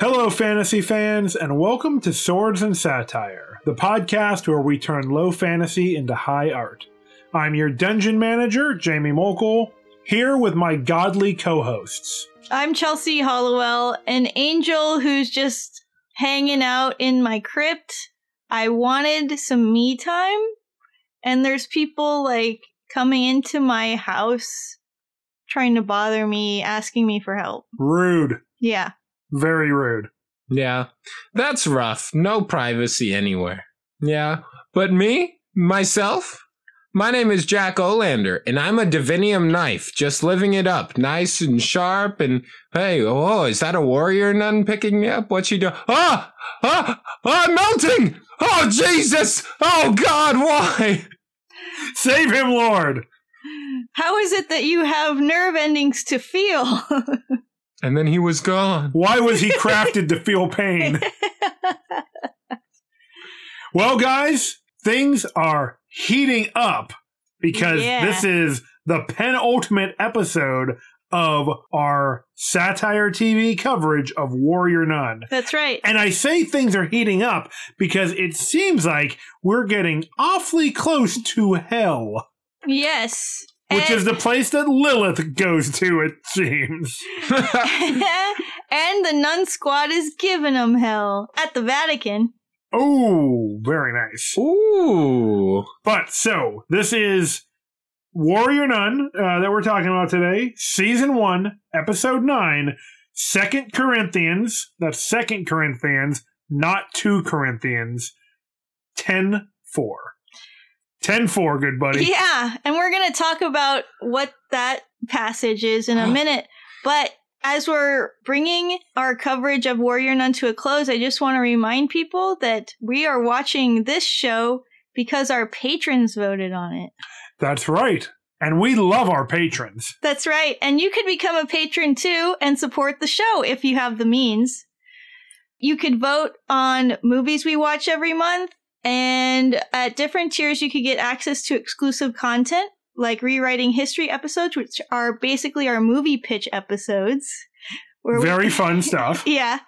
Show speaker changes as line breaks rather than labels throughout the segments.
Hello, fantasy fans, and welcome to Swords and Satire, the podcast where we turn low fantasy into high art. I'm your dungeon manager, Jamie Mokel, here with my godly co hosts.
I'm Chelsea Hollowell, an angel who's just hanging out in my crypt. I wanted some me time, and there's people like coming into my house trying to bother me, asking me for help.
Rude.
Yeah.
Very rude.
Yeah. That's rough. No privacy anywhere. Yeah. But me, myself, my name is Jack Olander, and I'm a Divinium knife, just living it up, nice and sharp. And hey, oh, is that a warrior nun picking me up? What you doing? Ah, ah, ah, I'm melting! Oh, Jesus! Oh, God, why?
Save him, Lord!
How is it that you have nerve endings to feel?
And then he was gone.
Why was he crafted to feel pain? Well, guys, things are heating up because
Yeah.
this is the penultimate episode of our satire TV coverage of Warrior Nun.
That's right.
And I say things are heating up because it seems like we're getting awfully close to hell,
Yes.
which
And-
is the place that Lilith goes to, it seems.
and the nun squad is giving them hell at the Vatican.
Oh, very nice.
Ooh.
But so this is Warrior Nun uh, that we're talking about today, season one, episode nine, Second Corinthians. That's Second Corinthians, not two Corinthians. Ten four. Ten four, good buddy.
Yeah, and we're going to talk about what that passage is in a minute. But as we're bringing our coverage of Warrior Nun to a close, I just want to remind people that we are watching this show because our patrons voted on it.
That's right. And we love our patrons.
That's right. And you could become a patron too and support the show if you have the means. You could vote on movies we watch every month. And at different tiers, you could get access to exclusive content like rewriting history episodes, which are basically our movie pitch episodes. where we-
Very fun stuff.
yeah.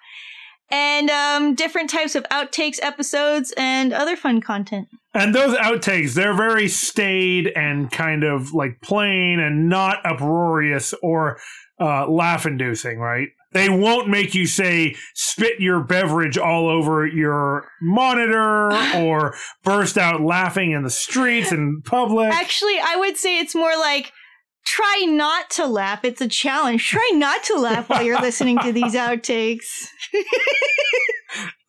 And um, different types of outtakes episodes and other fun content.
And those outtakes, they're very staid and kind of like plain and not uproarious or uh, laugh inducing, right? They won't make you say, spit your beverage all over your monitor or burst out laughing in the streets and public.
Actually, I would say it's more like try not to laugh. It's a challenge. Try not to laugh while you're listening to these outtakes.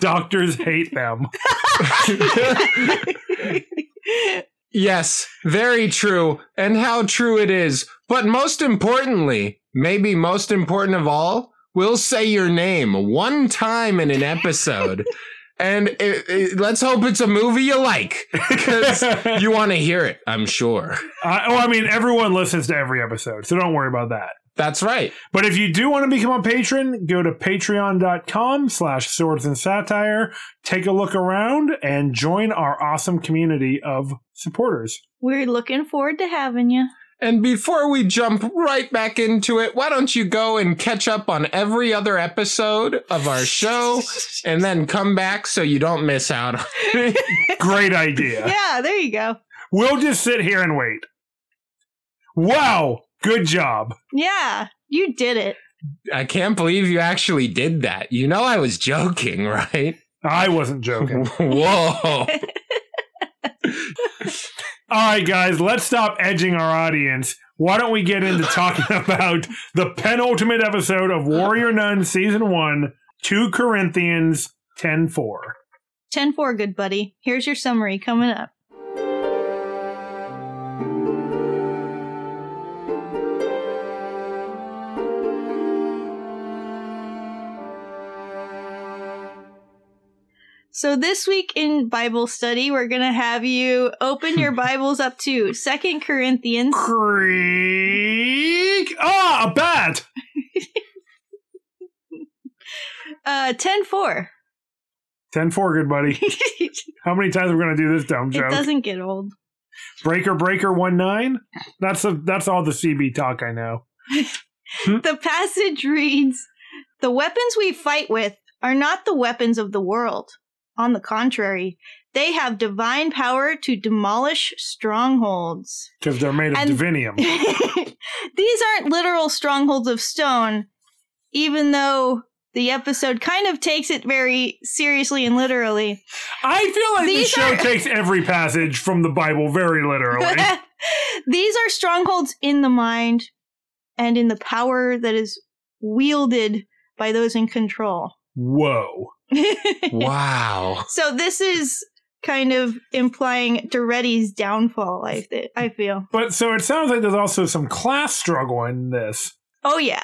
Doctors hate them.
Yes, very true, and how true it is. But most importantly, maybe most important of all, we'll say your name one time in an episode. and it, it- let's hope it's a movie you like, because
I,
you want to hear it, I'm sure.
oh, I mean, everyone listens to every episode, so don't worry about that.
That's right.
But if you do want to become a patron, go to patreon.com slash swords and satire, take a look around, and join our awesome community of supporters.
We're looking forward to having you.
And before we jump right back into it, why don't you go and catch up on every other episode of our show and then come back so you don't miss out on it?
Great idea.
Yeah, there you go.
We'll just sit here and wait. Wow, good job.
Yeah, you did it.
I can't believe you actually did that. You know I was joking, right?
I wasn't joking.
Whoa.
All right, guys, let's stop edging our audience. Why don't we get into talking about the penultimate episode of Warrior Nun Season 1, 2 Corinthians 10 4.
10 4, good buddy. Here's your summary coming up. So this week in Bible study, we're going to have you open your Bibles up to 2 Corinthians.
Creek. Ah, a bat.
Uh, 10 4.
10 4, good buddy.
it
How many times are we going to do this dumb joke?
doesn't get old.
Breaker, breaker, 1 9. That's, a, that's all the CB talk I know.
The passage reads The weapons we fight with are not the weapons of the world. On the contrary, they have divine power to demolish strongholds.
because they're made of
And-
divinium.
These aren't literal strongholds of stone, even though the episode kind of takes it very seriously and literally.
I feel like
These
the show
are-
takes every passage from the Bible very literally.
These are strongholds in the mind and in the power that is wielded by those in control.
Whoa.
Wow.
so this is kind of implying Doretti's downfall, I, th- I feel.
But so it sounds like there's also some class struggle in this.
Oh, yeah.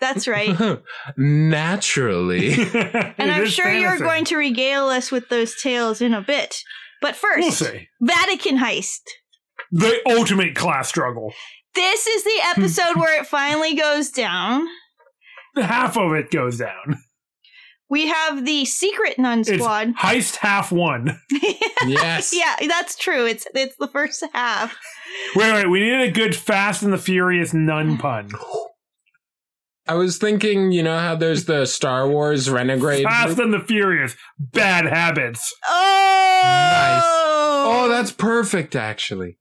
That's right.
Naturally.
And I'm sure you're going to regale us with those tales in a bit. But 1st
We'll see.
Vatican heist.
The ultimate class struggle.
This is the
Hmm.
episode where it finally goes down.
Half of it goes down.
We have the secret nun
It's
squad.
heist half one.
yes.
yeah, that's true. It's it's the first half.
Wait, wait, we need a good Fast and the Furious nun pun.
I was thinking, you know how there's the Star Wars Renegade.
Fast and the Furious, bad habits.
Oh,
Oh, that's perfect, actually.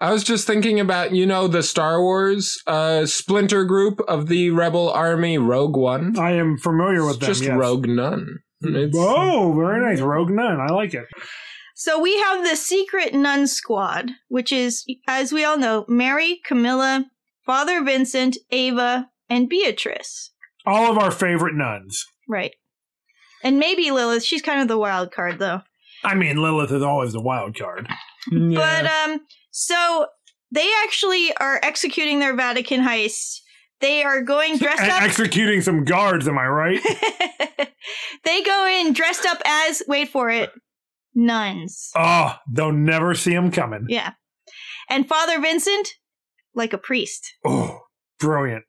I was just thinking about, you know, the Star Wars uh, splinter group of the Rebel Army Rogue One.
I am familiar with
It's
them.
just
yes.
Rogue None. It's,
Oh, very nice. Rogue nun. I like it.
so we have the secret nun squad, which is, as we all know, Mary, Camilla, Father Vincent, Ava, and Beatrice.
All of our favorite nuns.
Right. And maybe Lilith. She's kind of the wild card, though.
I mean, Lilith is always the wild card.
Yeah.
But um, so they actually are executing their Vatican heist. They are going dressed
And
up.
E-, executing some guards, am I right?
they go in dressed up as wait for it nuns.
oh, they'll never see him coming.
Yeah, and Father Vincent like a priest.
Oh, brilliant.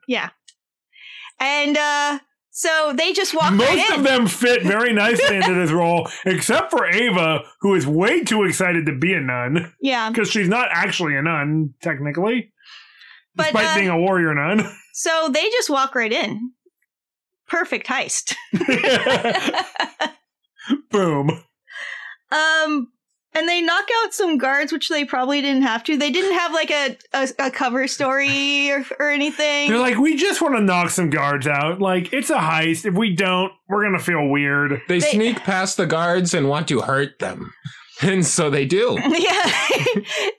And uh, so they just walk
Most
right
of
in.
them fit very nicely into this role, except for Ava, who is way too excited to be a nun
yeah.
because she's not actually a nun, technically,
But,
despite
uh,
being a warrior nun.
So they just walk right in. Perfect heist.
Boom.
Um, and they knock out some guards, which they probably didn't have to. They didn't have like a a, a cover story or, or anything.
They're like, we just want to knock some guards out. Like, it's a heist. If we don't, we're going to feel weird.
they,
they-
sneak past the guards and want to hurt them. And so they do.
yeah,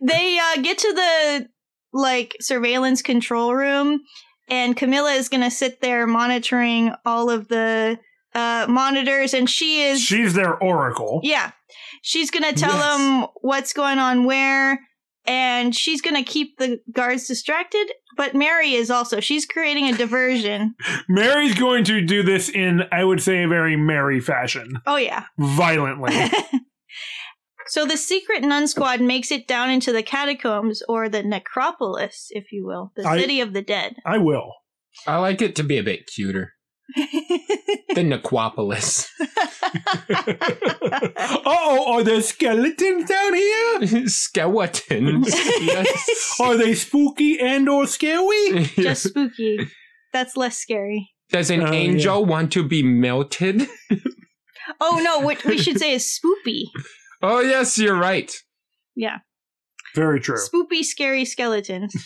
they uh, get to the like surveillance control room, and Camilla is gonna sit there monitoring all of the uh, monitors, and she is
She's their oracle.
Yeah. She's going to tell
Yes.
them what's going on where, and she's going to keep the guards distracted. But Mary is also, she's creating a diversion.
Mary's going to do this in, I would say, a very merry fashion,
Oh, yeah.
violently.
so the secret nun squad makes it down into the catacombs, or the necropolis, if you will, the
I-
city of the dead.
I will.
I like it to be a bit cuter. The Necropolis.
Uh oh, are there skeletons down here?
Skeletons. Yes.
Are they spooky and or scary?
Just spooky. That's less scary.
Does an
Oh, yeah.
angel want to be melted?
Oh, no, what we should say is spoopy.
Oh, yes, you're right.
Very true.
Spoopy, scary skeletons.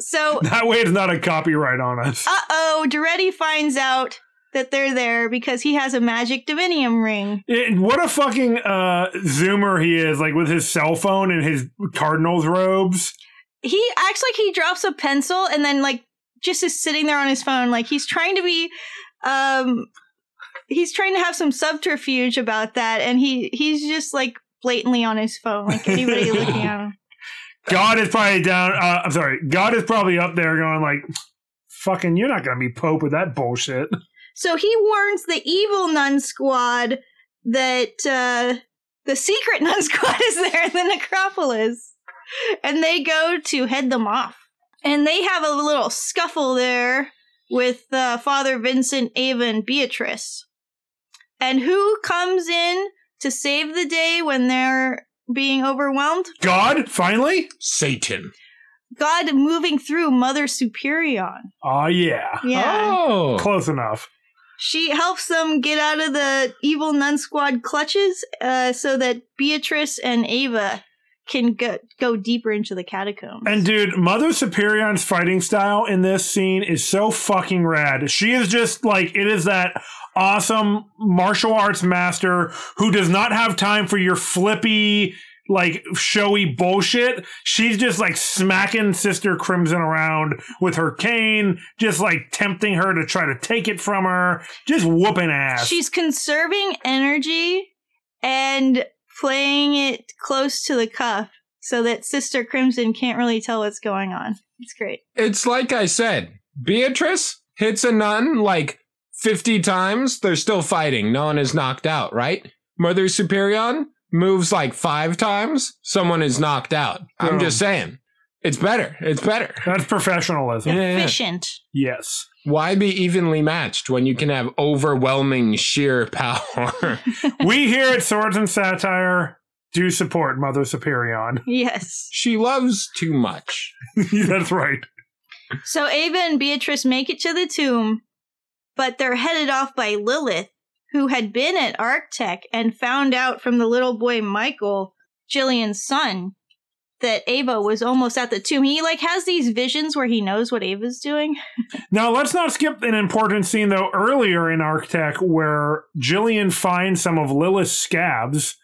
So
That way it's not a copyright on us.
Uh oh, Doretti finds out that they're there because he has a magic divinium ring.
It- what a fucking uh, zoomer he is, like with his cell phone and his cardinal's robes.
He acts like he drops a pencil and then like just is sitting there on his phone, like he's trying to be um he's trying to have some subterfuge about that and he he's just like blatantly on his phone, like anybody looking at him.
God is probably down. Uh, I'm sorry. God is probably up there going like, "Fucking, you're not gonna be pope with that bullshit."
So he warns the evil nun squad that uh, the secret nun squad is there in the necropolis. And they go to head them off. And they have a little scuffle there with uh, Father Vincent, Ava, and Beatrice. And who comes in to save the day when they're being overwhelmed?
God, finally.
Satan.
God moving through Mother Superior.
Oh yeah,
Yeah.
Oh.
close enough.
She helps them get out of the evil nun squad clutches uh, so that Beatrice and Ava can go, go deeper into the catacombs.
And dude, Mother Superior's fighting style in this scene is so fucking rad. She is just like it is that awesome martial arts master who does not have time for your flippy like showy bullshit. She's just like smacking Sister Crimson around with her cane, just like tempting her to try to take it from her, just whooping ass.
She's conserving energy and playing it close to the cuff so that Sister Crimson can't really tell what's going on. It's great.
It's like I said, Beatrice hits a nun like 50 times. They're still fighting. No one is knocked out, right? Mother Superior moves like five times. Someone is knocked out. I'm
Yeah.
just saying. It's better. It's better.
That's professionalism.
Yeah, yeah, yeah.
Efficient.
Yes.
Why be evenly matched when you can have overwhelming sheer power?
we here at Swords and Satire do support Mother Superior.
Yes.
she loves too much.
That's right.
So Ava and Beatrice make it to the tomb, but they're headed off by Lilith, who had been at Arctech and found out from the little boy Michael, Jillian's son, that Ava was almost at the tomb. He like has these visions where he knows what Ava's doing.
Now, let's not skip an important scene, though, earlier in Arctech where Jillian finds some of Lilith's scabs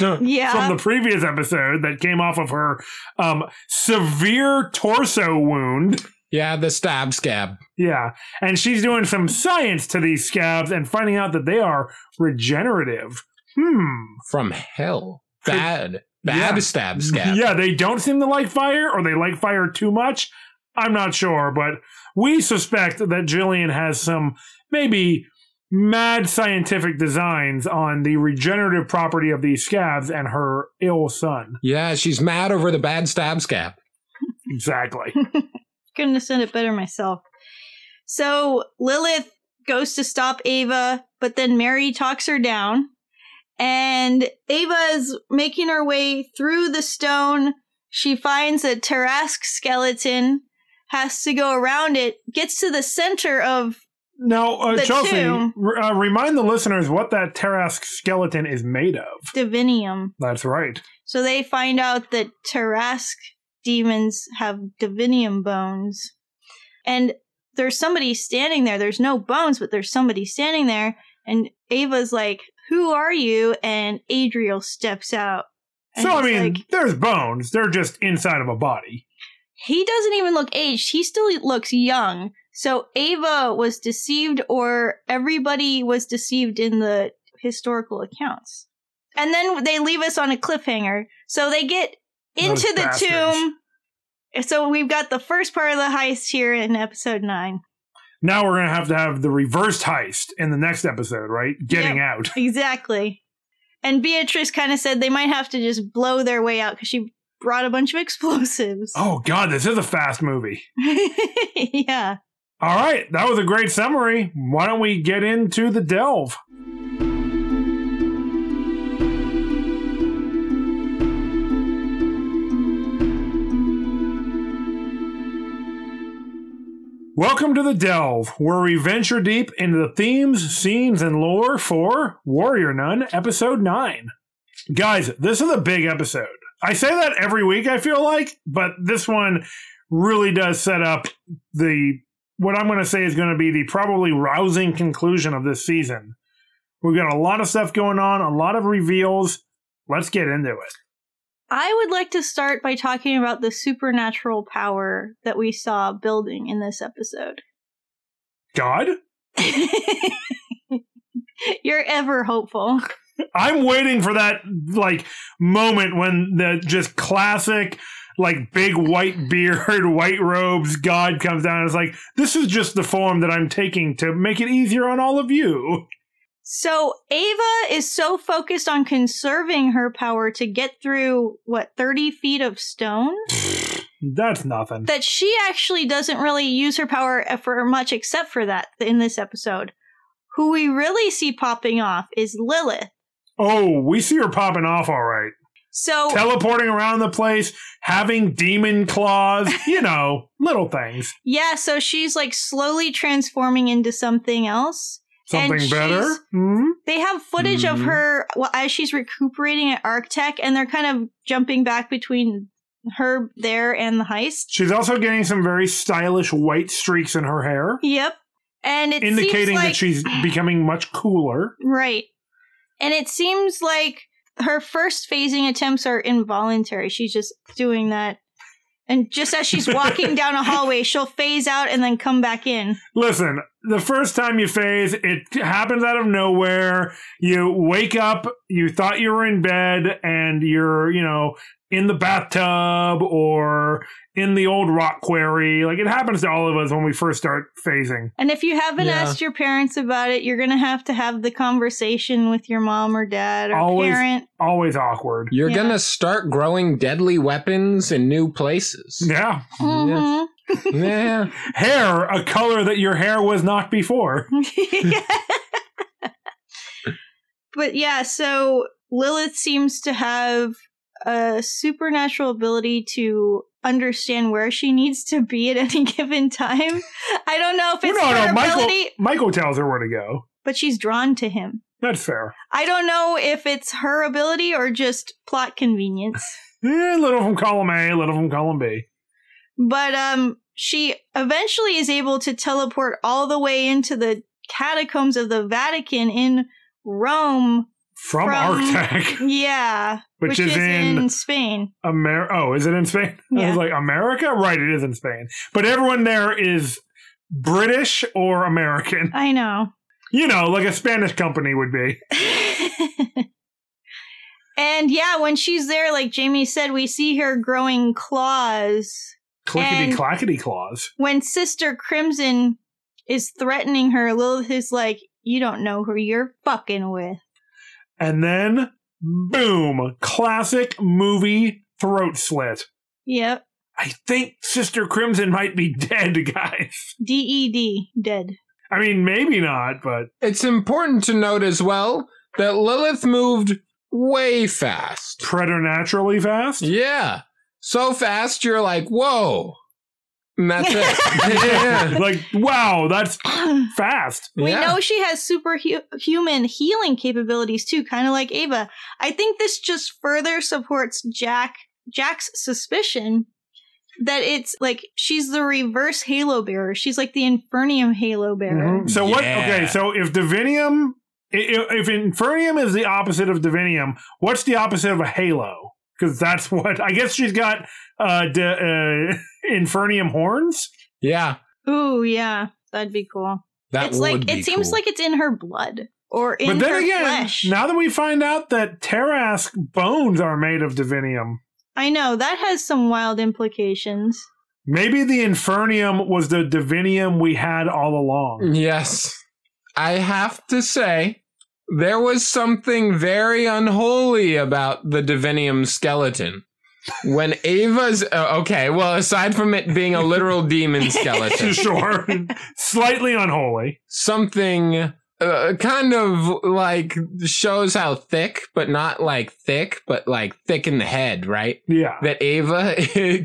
Yeah.
from the previous episode that came off of her um, severe torso wound.
Yeah, the stab scab.
Yeah. And she's doing some science to these scabs and finding out that they are regenerative. Hmm.
from hell. Bad, bad
Yeah.
stab scab.
Mm, Yeah, they don't seem to like fire, or they like fire too much. I'm not sure, but we suspect that Jillian has some maybe mad scientific designs on the regenerative property of these scabs and her ill son.
Yeah, she's mad over the bad stab scab.
Exactly.
couldn't have said it better myself. So Lilith goes to stop Ava, but then Mary talks her down. And Ava is making her way through the stone. She finds a Tarask skeleton, has to go around it, gets to the center of.
now, uh,
The
Chelsea,
tomb.
r- uh, remind the listeners what that Tarask skeleton is made of.
Divinium.
That's right.
So they find out that Tarask demons have divinium bones. And there's somebody standing there. There's no bones, but there's somebody standing there. And Ava's like, Who are you? And Adriel steps out. And
So, I
he's
mean,
like,
there's bones. They're just inside of a body.
he doesn't even look aged. He still looks young. So Ava was deceived, or everybody was deceived in the historical accounts. And then they leave us on a cliffhanger. So they get
Those
into the
bastards.
tomb. So we've got the first part of the heist here in episode nine.
Now we're going to have to have the reversed heist in the next episode, right? Getting out.
Exactly. And Beatrice kind of said they might have to just blow their way out because she brought a bunch of explosives.
Oh God, this is a fast movie.
yeah.
All right, that was a great summary. Why don't we get into the delve? Welcome to the Delve, where we venture deep into the themes, scenes, and lore for Warrior Nun Episode 9. Guys, this is a big episode. I say that every week, I feel like, but this one really does set up the what I'm going to say is going to be the probably rousing conclusion of this season. We've got a lot of stuff going on, a lot of reveals. Let's get into it.
I would like to start by talking about the supernatural power that we saw building in this episode.
God,
You're ever hopeful.
I'm waiting for that like moment when the just classic like big white beard, white robes God comes down and is like, "This is just the form that I'm taking to make it easier on all of you."
So Ava is so focused on conserving her power to get through what 30 feet of stone
That's nothing.
that she actually doesn't really use her power e-, for much except for that in this episode. Who we really see popping off is Lilith.
Oh, we see her popping off all right.
So
teleporting around the place, having demon claws, you know, little things.
Yeah, so she's like slowly transforming into something else.
Something
she's-
better? Hmm?
They have footage of
Mm-hmm.
Mhm.
her well, as she's recuperating at Arctech, and they're kind of jumping back between her there and the heist.
She's also getting some very stylish white streaks in her hair,
Yep. And it
indicating
seems like,
that she's becoming much cooler.
right. And it seems like her first phasing attempts are involuntary. She's just doing that. And just as she's walking down a hallway, she'll phase out and then come back in.
Listen, the first time you phase, it happens out of nowhere. You wake up, you thought you were in bed, and you're, you know, in the bathtub or in the old rock quarry. Like it happens to all of us when we first start phasing.
And if you haven't
Yeah.
asked your parents about it, you're going to have to have the conversation with your mom or dad or
Always-
parent.
Always awkward.
You're
Yeah.
gonna start growing deadly weapons in new places.
Yeah.
Mhm.
yeah.
Hair, a color that your hair was not before.
but yeah, so Lilith seems to have a supernatural ability to understand where she needs to be at any given time. I don't know if it's
no,
her
no, Michael,
ability,
Michael tells her where to go.
but she's drawn to him.
That's fair.
I don't know if it's her ability or just plot convenience.
Eh, little from column A, little from column B.
but um she eventually is able to teleport all the way into the catacombs of the Vatican in Rome.
From,
From-
Arctic,
Yeah,
which, is, in,
Spain.
Amer. Oh, is it in Spain? I
Yeah.
was like America, right? It is in Spain, but everyone there is British or American.
I know.
You know, like a Spanish company would be.
and yeah, when she's there, like Jamie said, we see her growing claws.
Clickety clackety claws.
When Sister Crimson is threatening her, Lilith is like, "You don't know who you're fucking with."
And then, boom! Classic movie throat slit.
Yep,
I think Sister Crimson might be dead, guys.
D E D, dead.
I mean, maybe not, but
It's important to note as well that Lilith moved way fast.
preternaturally fast.
Yeah. So fast you're like, whoa. And that's it. yeah.
like, wow, that's fast.
We
Yeah.
know she has superhuman healing capabilities too, kind of like Ava. I think this just further supports Jack Jack's suspicion that it's like she's the reverse halo bearer. She's like the Infernium halo bearer.
Mhm. So what?
Yeah.
Okay, so if divinium, i- i- if infernum is the opposite of divinium, what's the opposite of a halo? Because that's what I guess she's got. Uh, di- uh infernium horns.
Yeah.
Mm-hmm.
Ooh, yeah, that'd be cool.
That
it's
would
like
be
it seems
cool.
like it's in her blood or
but
in
then
her
again,
flesh.
now that we find out that Tarask bones are made of divinium,
I know that has some wild implications.
maybe the infernium was the divinium we had all
Mm-hmm.
along.
Yes. I have to say, there was something very unholy about the Divinium skeleton. When Ava's. Uh, okay, well, aside from it being a literal demon skeleton,
sure, slightly unholy.
something uh, kind of like shows how thick, but not like thick, but like thick in the head, right?
Yeah.
That Ava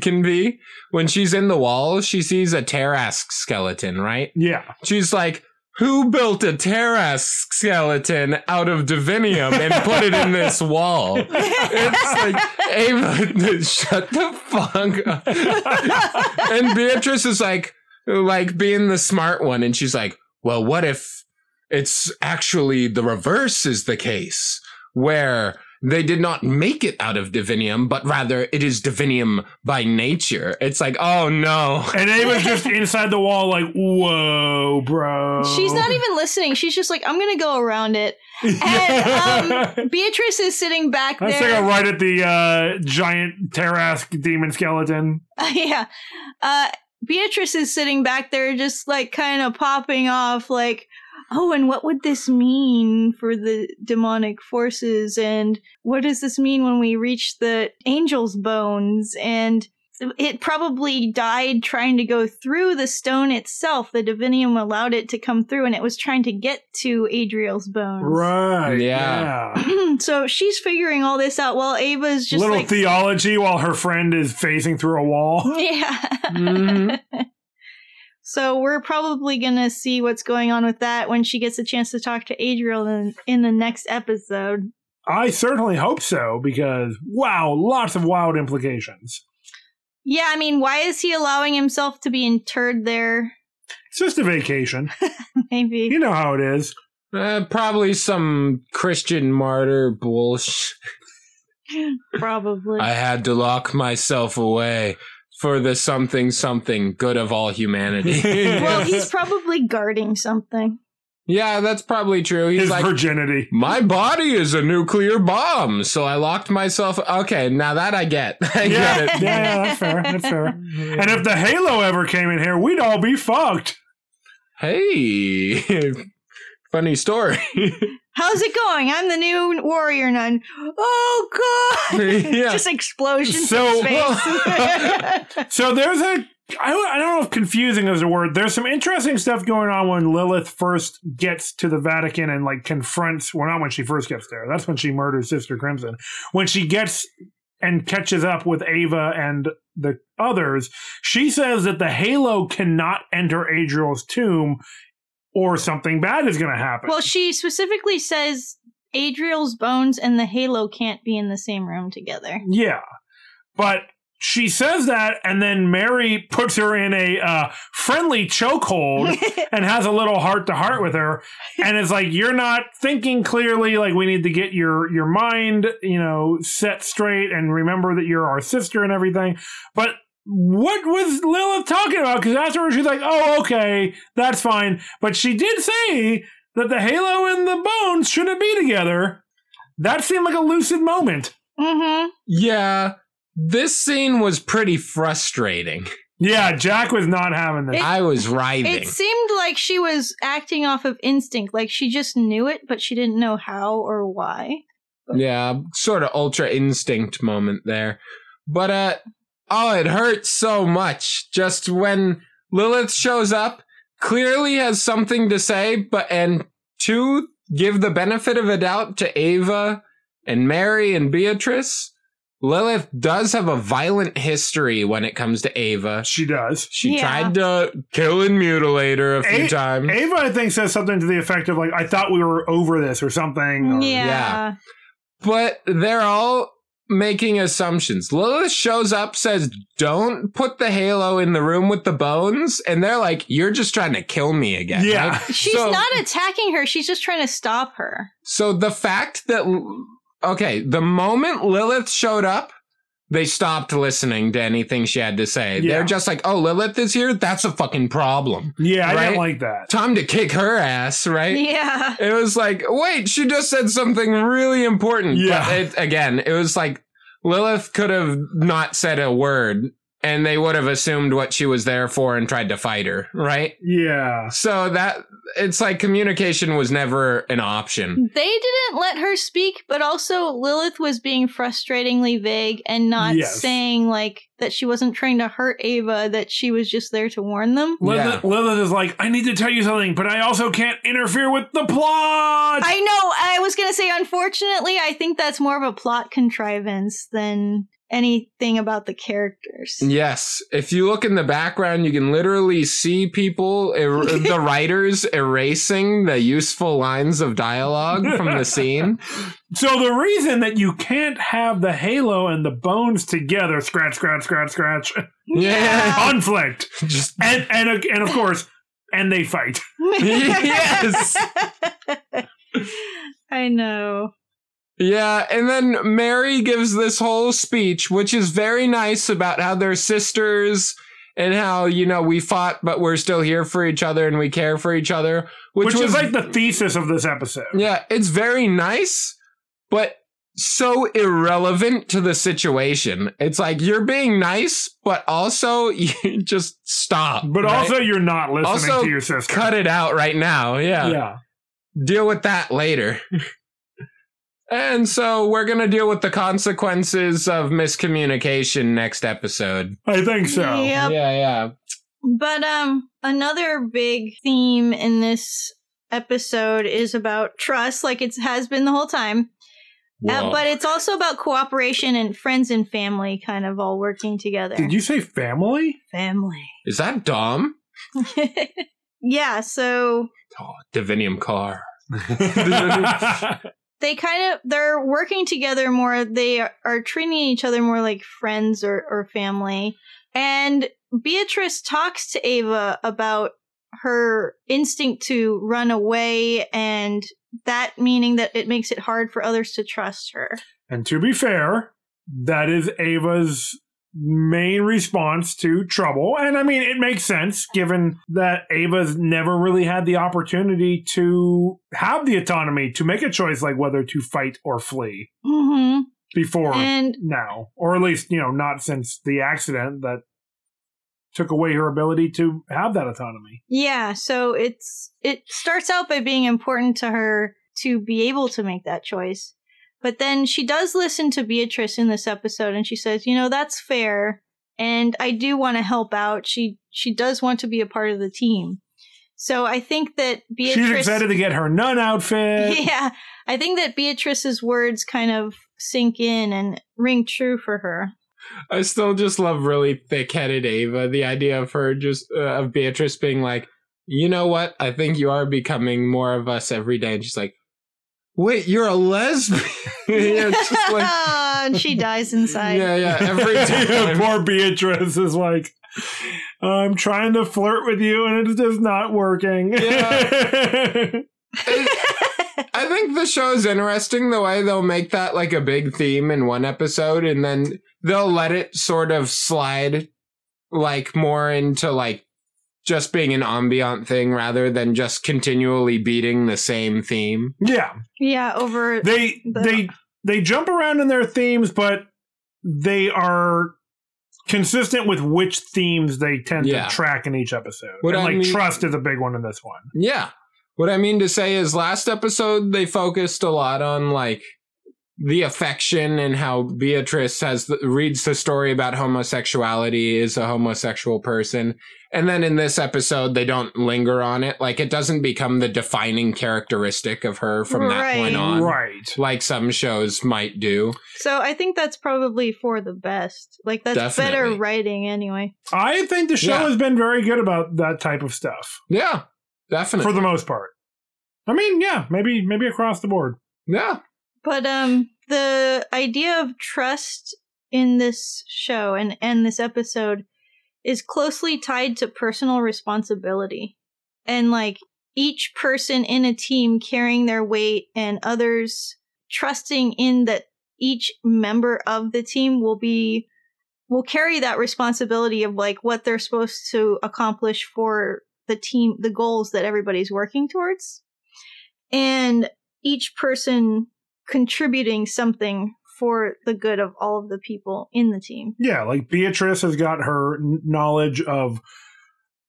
can be. When she's in the wall, she sees a Tarask skeleton, right?
Yeah.
She's like, who built a Tarask skeleton out of divinium and put it in this wall? It's like, Ava, shut the fuck up. and Beatrice is like, like being the smart one. And she's like, well, what if it's actually the reverse is the case where they did not make it out of divinium, but rather it is divinium by nature. It's like, oh no.
And they was just inside the wall, like, whoa, bro.
She's not even listening. She's just like, I'm gonna go around it. And um, Beatrice is sitting back
Let's take
there.
a right at the uh, giant Tarask demon skeleton.
yeah. Uh, Beatrice is sitting back there, just like kind of popping off, like, oh, and what would this mean for the demonic forces? And what does this mean when we reach the angel's bones? And it probably died trying to go through the stone itself. The divinium allowed it to come through, and it was trying to get to Adriel's bones.
Right.
Yeah.
yeah.
so she's figuring all this out while Ava's just
Little
like,
Mm-hmm.
theology while her friend is facing through a wall.
yeah.
Mhm.
So we're probably gonna see what's going on with that when she gets a chance to talk to Adriel in, in the next episode.
I certainly hope so because wow, lots of wild implications.
Yeah, I mean, why is he allowing himself to be interred there?
It's just a vacation.
Maybe.
You know how it is.
Uh, probably some Christian martyr bullsh.
Probably.
I had to lock myself away for the something something good of all humanity.
well, he's probably guarding something.
yeah, that's probably true. He's
His
like,
virginity.
my body is a nuclear bomb, so I locked myself. Okay, now that I get, I
yeah,
get
yeah, yeah, that's fair. That's fair. And if the Halo ever came in here, we'd all be fucked.
it. Hey, funny story.
How's it going? I'm the new warrior nun. Oh god!
Yeah.
Just explosions
So-
in space.
So there's a. I, don't- I don't know if confusing is a word. There's some interesting stuff going on when Lilith first gets to the Vatican and like confronts. Well, not when she first gets there. That's when she murders Sister Crimson. When she gets and catches up with Ava and the others, she says that the Halo cannot enter Adriel's tomb, or something bad is going to happen.
well, she specifically says Adriel's bones and the halo can't be in the same room together.
Yeah. But she says that, and then Mary puts her in a uh, friendly chokehold and has a little heart to heart with her, and it's like you're not thinking clearly. Like we need to get your your mind, you know, set straight and remember that you're our sister and everything. But what was Lilith talking about? Because afterwards she's like, "Oh, okay, that's fine." But she did say that the halo and the bones shouldn't be together. That seemed like a lucid moment.
mm-hmm.
yeah, this scene was pretty frustrating.
Yeah, Jack was not having this.
It-
I was
It
writhing.
seemed like she was acting off of instinct, like she just knew it, but she didn't know how or why.
Yeah, sort of ultra instinct moment there. But uh oh, it hurts so much just when Lilith shows up, clearly has something to say, but and to give the benefit of a doubt to Ava and Mary and Beatrice, Lilith does have a violent history when it comes to Ava.
she does.
She
Yeah.
tried to kill and mutilate her a few
A-
times.
Ava, I think, says something to the effect of like, "I thought we were over this" or something. or-
yeah.
but they're all making assumptions. Lilith shows up, says, Don't put the halo in the room with the bones. And they're like, You're just trying to kill me again.
Yeah.
right?
She's
So-
not attacking her, she's just trying to stop her.
So the fact that, okay, the moment Lilith showed up, they stopped listening to anything she had to say.
Yeah.
They're just like, Oh, Lilith is here? That's a fucking problem.
yeah, I
Right?
didn't like that.
Time to kick her ass, right?
Yeah.
It was like, wait, she just said something really important.
Yeah.
But it, again, it was like Lilith could have not said a word and they would have assumed what she was there for and tried to fight her, right?
Yeah,
So that it's like communication was never an option.
They didn't let her speak, but also Lilith was being frustratingly vague and not
Yes.
saying like that she wasn't trying to hurt Ava, that she was just there to warn them.
Lilith, Lilith is like, "I need to tell you something, but I also can't interfere with the plot."
I know, I was going to say unfortunately, I think that's more of a plot contrivance than anything about the characters.
Yes. If you look in the background, you can literally see people, er- the writers erasing the useful lines of dialogue from the scene.
so the reason that you can't have the halo and the bones together, scratch, scratch, scratch, scratch,
Yeah.
conflict,
Just
and and and of course, and they fight.
Yes.
I know.
Yeah, and then Mary gives this whole speech, which is very nice about how they're sisters and how, you know, we fought, but we're still here for each other and we care for each other, which,
Which, is
was
like the thesis of this episode.
Yeah, it's very nice, but so irrelevant to the situation. It's like you're being nice, but also you just stop.
But
right?
also, you're not listening
Also,
to your sister.
cut it out right now.
yeah.
deal with that later. and so we're going to deal with the consequences of miscommunication next episode.
I think so.
Yep.
Yeah, yeah.
But um another big theme in this episode is about trust like it has been the whole time. Uh,
Whoa.
but it's also about cooperation and friends and family kind of all working together.
Did you say family?
family.
Is that Dom?
yeah, so
Oh, Divinium car.
they kind of they're working together more. They are, are treating each other more like friends or, or family. And Beatrice talks to Ava about her instinct to run away and that meaning that it makes it hard for others to trust her.
and to be fair, that is Ava's main response to trouble. And I mean, it makes sense given that Ava's never really had the opportunity to have the autonomy to make a choice like whether to fight or flee
hmm
before
And
now, or at least, you know, not since the accident that took away her ability to have that autonomy.
Yeah, so it's it starts out by being important to her to be able to make that choice. But then she does listen to Beatrice in this episode and she says, "You know, that's fair and I do want to help out. She she does want to be a part of the team." So I think that Beatrice
She's excited to get her nun outfit.
Yeah. I think that Beatrice's words kind of sink in and ring true for her.
I still just love really thick-headed Ava. The idea of her just uh, of Beatrice being like, you know what? I think you are becoming more of us every day. And she's like, wait, you're a lesbian. yeah, it's just like,
and she dies inside.
yeah, yeah. Every
Yeah,
time.
poor Beatrice is like, I'm trying to flirt with you and it's just not working.
I think the show is interesting the way they'll make that like a big theme in one episode and then they'll let it sort of slide like more into like just being an ambient thing rather than just continually beating the same theme.
yeah,
Yeah, over
they
The-
they they jump around in their themes, but they are consistent with which themes they tend
Yeah.
to track in each episode.
What
and
I
like
mean-
trust is a big one in this one.
Yeah. What I mean to say is last episode they focused a lot on like the affection and how Beatrice has the, reads the story about homosexuality is a homosexual person. And then in this episode they don't linger on it. Like it doesn't become the defining characteristic of her from that
Right.
point on.
Right.
Like some shows might do.
So I think that's probably for the best. Like that's better
Definitely.
writing anyway.
I think the show
Yeah.
has been very good about that type of stuff
Yeah. Definitely.
for the most part. I mean, yeah, maybe maybe across the board.
yeah.
But um the idea of trust in this show and and this episode is closely tied to personal responsibility. And like each person in a team carrying their weight and others trusting in that each member of the team will be will carry that responsibility of like what they're supposed to accomplish for the team the goals that everybody's working towards and each person contributing something for the good of all of the people in the team
Yeah, like Beatrice has got her n- knowledge of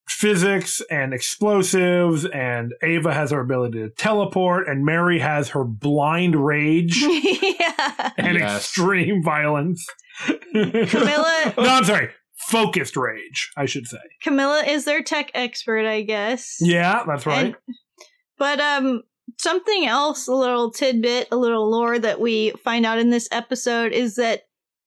physics and explosives, and Ava has her ability to teleport, and Mary has her blind rage
yeah
and
Yes.
extreme violence. no,
camilla
I'm sorry, focused rage, I should say.
camilla is their tech expert i guess
Yeah, that's right.
And- but um something else, a little tidbit, a little lore that we find out in this episode is that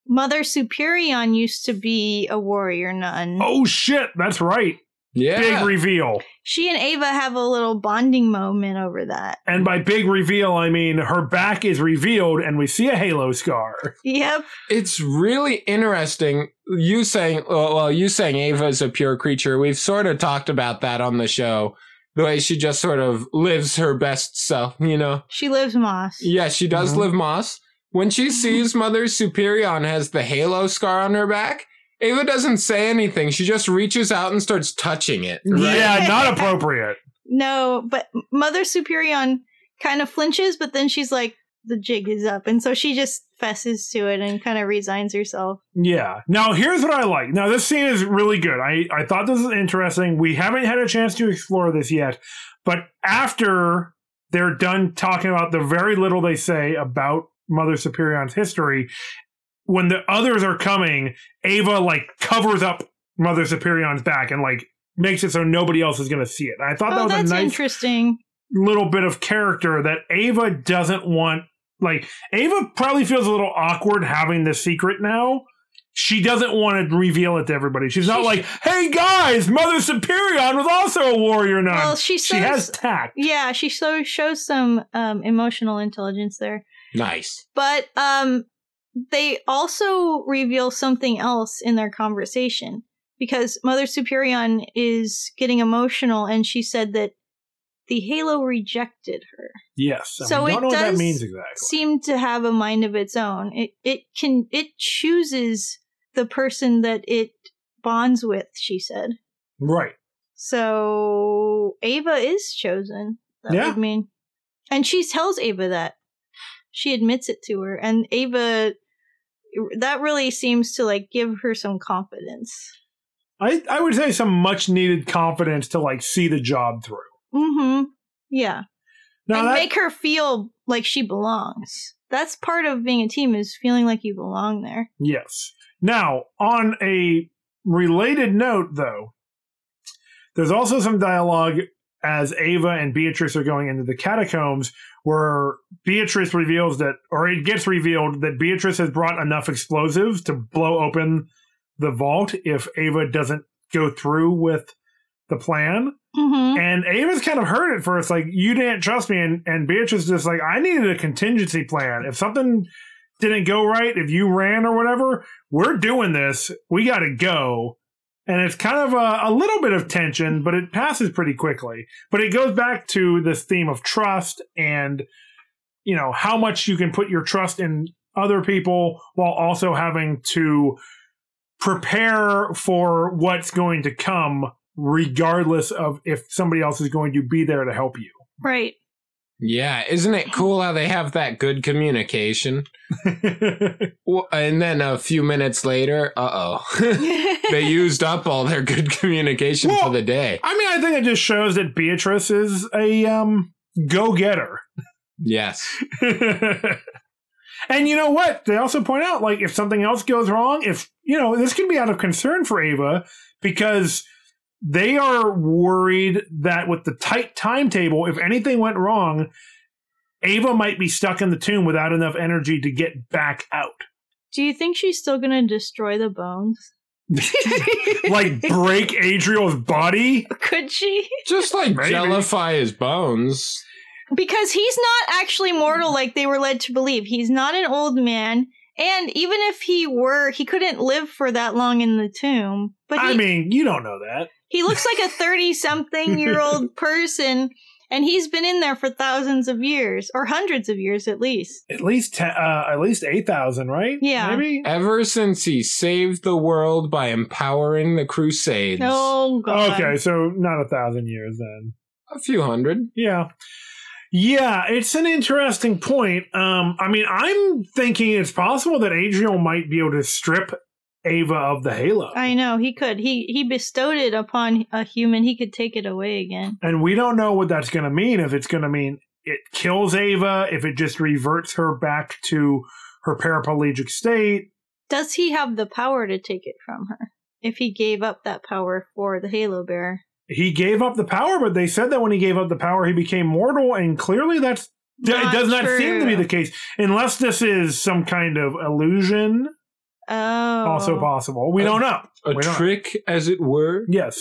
Mother Superion used to be a warrior nun.
oh shit, that's right.
Yeah.
Big reveal.
She and Ava have a little bonding moment over that.
And by big reveal, I mean her back is revealed and we see a halo scar.
Yep.
it's really interesting you saying oh, well you saying ava is a pure creature we've sort of talked about that on the show the way she just sort of lives her best self you know
She lives Moss.
yeah she does
Mhm.
live moss when she sees mother superion has the halo scar on her back ava doesn't say anything she just reaches out and starts touching it right?
Yeah, not appropriate.
No, but Mother Superion kind of flinches, but then she's like, the jig is up. And so she just fesses to it and kind of resigns herself.
Yeah. Now here's what I like. Now this scene is really good. I I thought this was interesting. We haven't had a chance to explore this yet, but after they're done talking about the very little they say about Mother Superior's history, when the others are coming, Ava like covers up Mother Superior's back and like makes it so nobody else is going to see it. And I thought
Oh,
that was
that's
a nice
interesting.
little bit of character that Ava doesn't want. Like Ava probably feels a little awkward having the secret now, she doesn't want to reveal it to everybody. She's not like, "Hey guys, Mother Superior was also a warrior nun."
Well, she
she
says-
has tact.
Yeah, she so shows some um, emotional intelligence there.
Nice.
But um, they also reveal something else in their conversation because Mother Superion is getting emotional, and she said that the Halo rejected her.
Yes. and
So
we
it
don't know what that
does
means exactly.
Seemed to have a mind of its own. It it can it chooses the person that it bonds with. She said.
right.
So Ava is chosen. That
Yeah.
would mean. And she tells Ava that. She admits it to her. And Ava that really seems to like give her some confidence.
I I would say some much needed confidence to like see the job through.
Mm-hmm. Yeah.
Now
and
that
make her feel like she belongs. That's part of being a team is feeling like you belong there.
Yes. Now, on a related note, though, there's also some dialogue as Ava and Beatrice are going into the catacombs where Beatrice reveals that, or it gets revealed that Beatrice has brought enough explosives to blow open the vault if Ava doesn't go through with the plan.
Mm-hmm.
And Ava's kind of hurt at first, like, you didn't trust me. And, and Beatrice is just like, I needed a contingency plan. If something didn't go right, if you ran or whatever, we're doing this. We got to go. And it's kind of a, a little bit of tension, but it passes pretty quickly. But it goes back to this theme of trust and, you know, how much you can put your trust in other people while also having to prepare for what's going to come regardless of if somebody else is going to be there to help you.
Right.
Yeah, isn't it cool how they have that good communication? Wh- And then a few minutes later, uh oh, they used up all their good communication
Well-
for the day.
I mean, I think it just shows that Beatrice is a um, go-getter.
Yes.
and you know what? They also point out like if something else goes wrong, if you know, this can be out of concern for Ava because they are worried that with the tight timetable, if anything went wrong, Ava might be stuck in the tomb without enough energy to get back out.
Do you think she's still gonna destroy the bones?
Like break Adriel's body?
could she?
Just like
Maybe.
jellify his bones.
because he's not actually mortal like they were led to believe. He's not an old man, and even if he were, he couldn't live for that long in the tomb. But he,
I mean, you don't know that.
he looks like a 30 something year old person and he's been in there for thousands of years or hundreds of years at least.
At least te- uh, at least 8,000, right?
Yeah.
Maybe?
Ever since he saved the world by empowering the Crusades.
Oh god.
Okay, so not a thousand years then.
A few hundred.
Yeah. Yeah, it's an interesting point. Um, I mean, I'm thinking it's possible that Adriel might be able to strip Ava of the halo.
I know he could. He he bestowed it upon a human. He could take it away again.
and we don't know what that's going to mean. If it's going to mean it kills Ava, if it just reverts her back to her paraplegic state.
Does he have the power to take it from her? If he gave up that power for the Halo Bearer,
He gave up the power, but they said that when he gave up the power, he became mortal, and clearly that's. that
Not
it does not seem to be
true.
the case, unless this is some kind of illusion.
oh,
Also possible. We
Uh,
don't know.
A
We don't know.
trick, as it were.
Yes.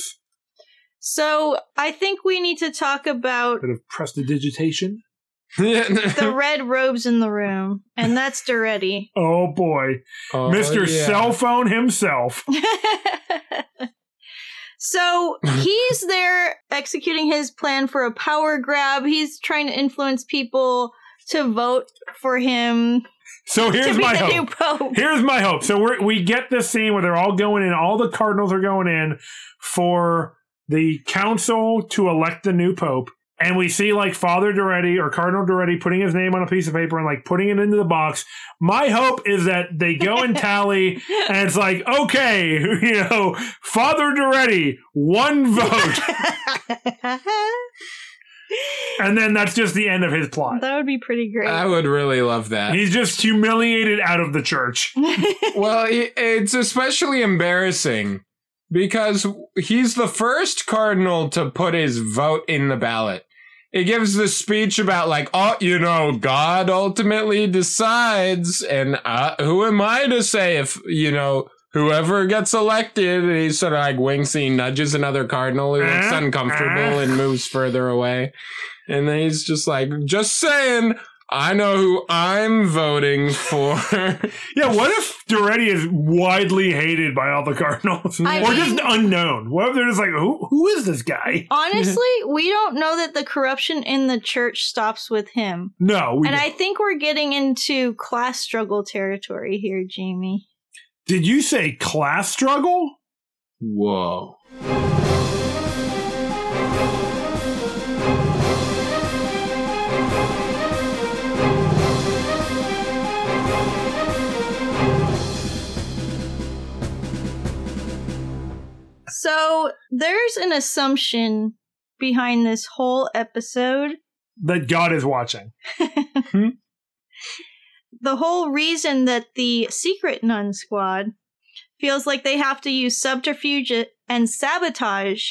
So I think we need to talk about
bit of prestidigitation.
the red robes in the room, and that's Doretti.
Oh boy,
Oh,
Mr.
yeah.
Cell Phone himself.
so he's there executing his plan for a power grab. He's trying to influence people to vote for him
So
to
here's
be
my
the
hope.
new pope.
Here's my hope. So we we get this scene where they're all going in, all the cardinals are going in for the council to elect the new pope. And we see like Father Doretti or Cardinal Doretti putting his name on a piece of paper and like putting it into the box. My hope is that they go and tally and it's like, okay, you know, Father Doretti, one vote. and then that's just the end of his plot.
that would be pretty great.
I would really love that.
He's just humiliated out of the church.
well, i- it's especially embarrassing because he's the first cardinal to put his vote in the ballot. He gives this speech about like, oh, you know, God ultimately decides, and uh, who am I to say if you know whoever gets elected, and he sort of like winks and he nudges another cardinal who looks
Eh?
uncomfortable
Eh?
and moves further away. And then he's just like, just saying, I know who I'm voting for.
Yeah, what if Duretti is widely hated by all the Cardinals?
I
or
mean-
just unknown? What if they're just like, who, who is this guy?
Honestly, we don't know that the corruption in the church stops with him.
No, we
and
don't.
I think we're getting into class struggle territory here, Jamie.
Did you say class struggle?
Whoa.
So there's an assumption behind this whole episode.
That God is watching.
The whole reason that the secret nun squad feels like they have to use subterfuge and sabotage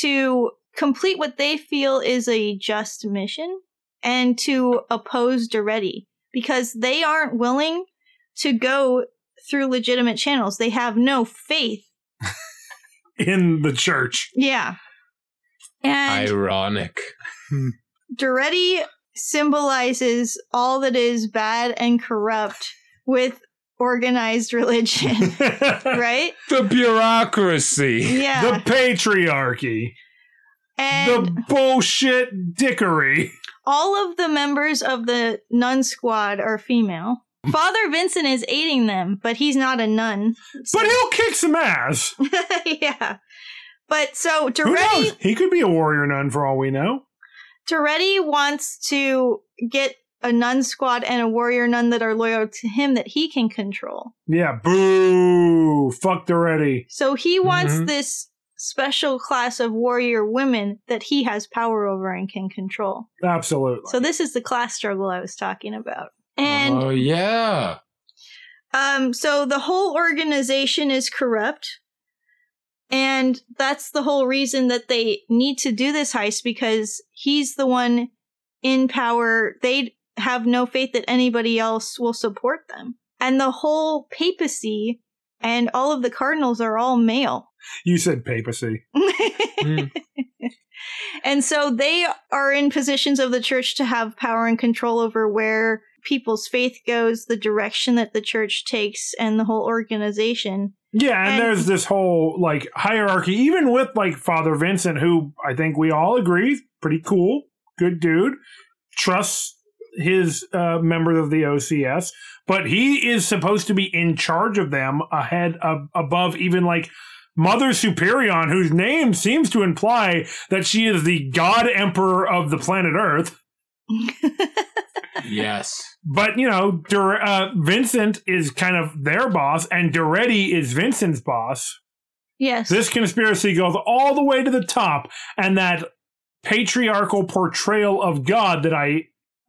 to complete what they feel is a just mission and to oppose Doretti because they aren't willing to go through legitimate channels. They have no faith.
In the church.
Yeah. And
Ironic.
Doretti symbolizes all that is bad and corrupt with organized religion, right?
The bureaucracy.
Yeah.
The patriarchy.
and
the bullshit dickery.
all of the members of the nun squad are female. Father Vincent is aiding them, but he's not a nun.
But he'll kick some ass.
yeah. But so
Who
Doretti
knows? He could be a warrior nun for all we know.
Toretti wants to get a nun squad and a warrior nun that are loyal to him that he can control.
Yeah, boo. Fuck Doretti.
So he wants
Mm-hmm.
Mhm.
this special class of warrior women that he has power over and can control.
Absolutely.
So this is the class struggle I was talking about. And
oh, yeah.
um so the whole organization is corrupt. And that's the whole reason that they need to do this heist because he's the one in power. They have no faith that anybody else will support them. And the whole papacy and all of the cardinals are all male.
you said papacy.
Mm.
and so they are in positions of the church to have power and control over where people's faith goes, the direction that the church takes, and the whole organization.
Yeah, and,
And-
there's this whole like hierarchy, even with like Father Vincent, who I think we all agree is pretty cool, good dude, trusts his uh, members of the OCS, but he is supposed to be in charge of them ahead of above even like Mother Superion, whose name seems to imply that she is the God Emperor of the planet Earth.
yes.
But you know, Dur- uh, Vincent is kind of their boss, and Doretti is Vincent's boss.
Yes.
This conspiracy goes all the way to the top, and that patriarchal portrayal of God that I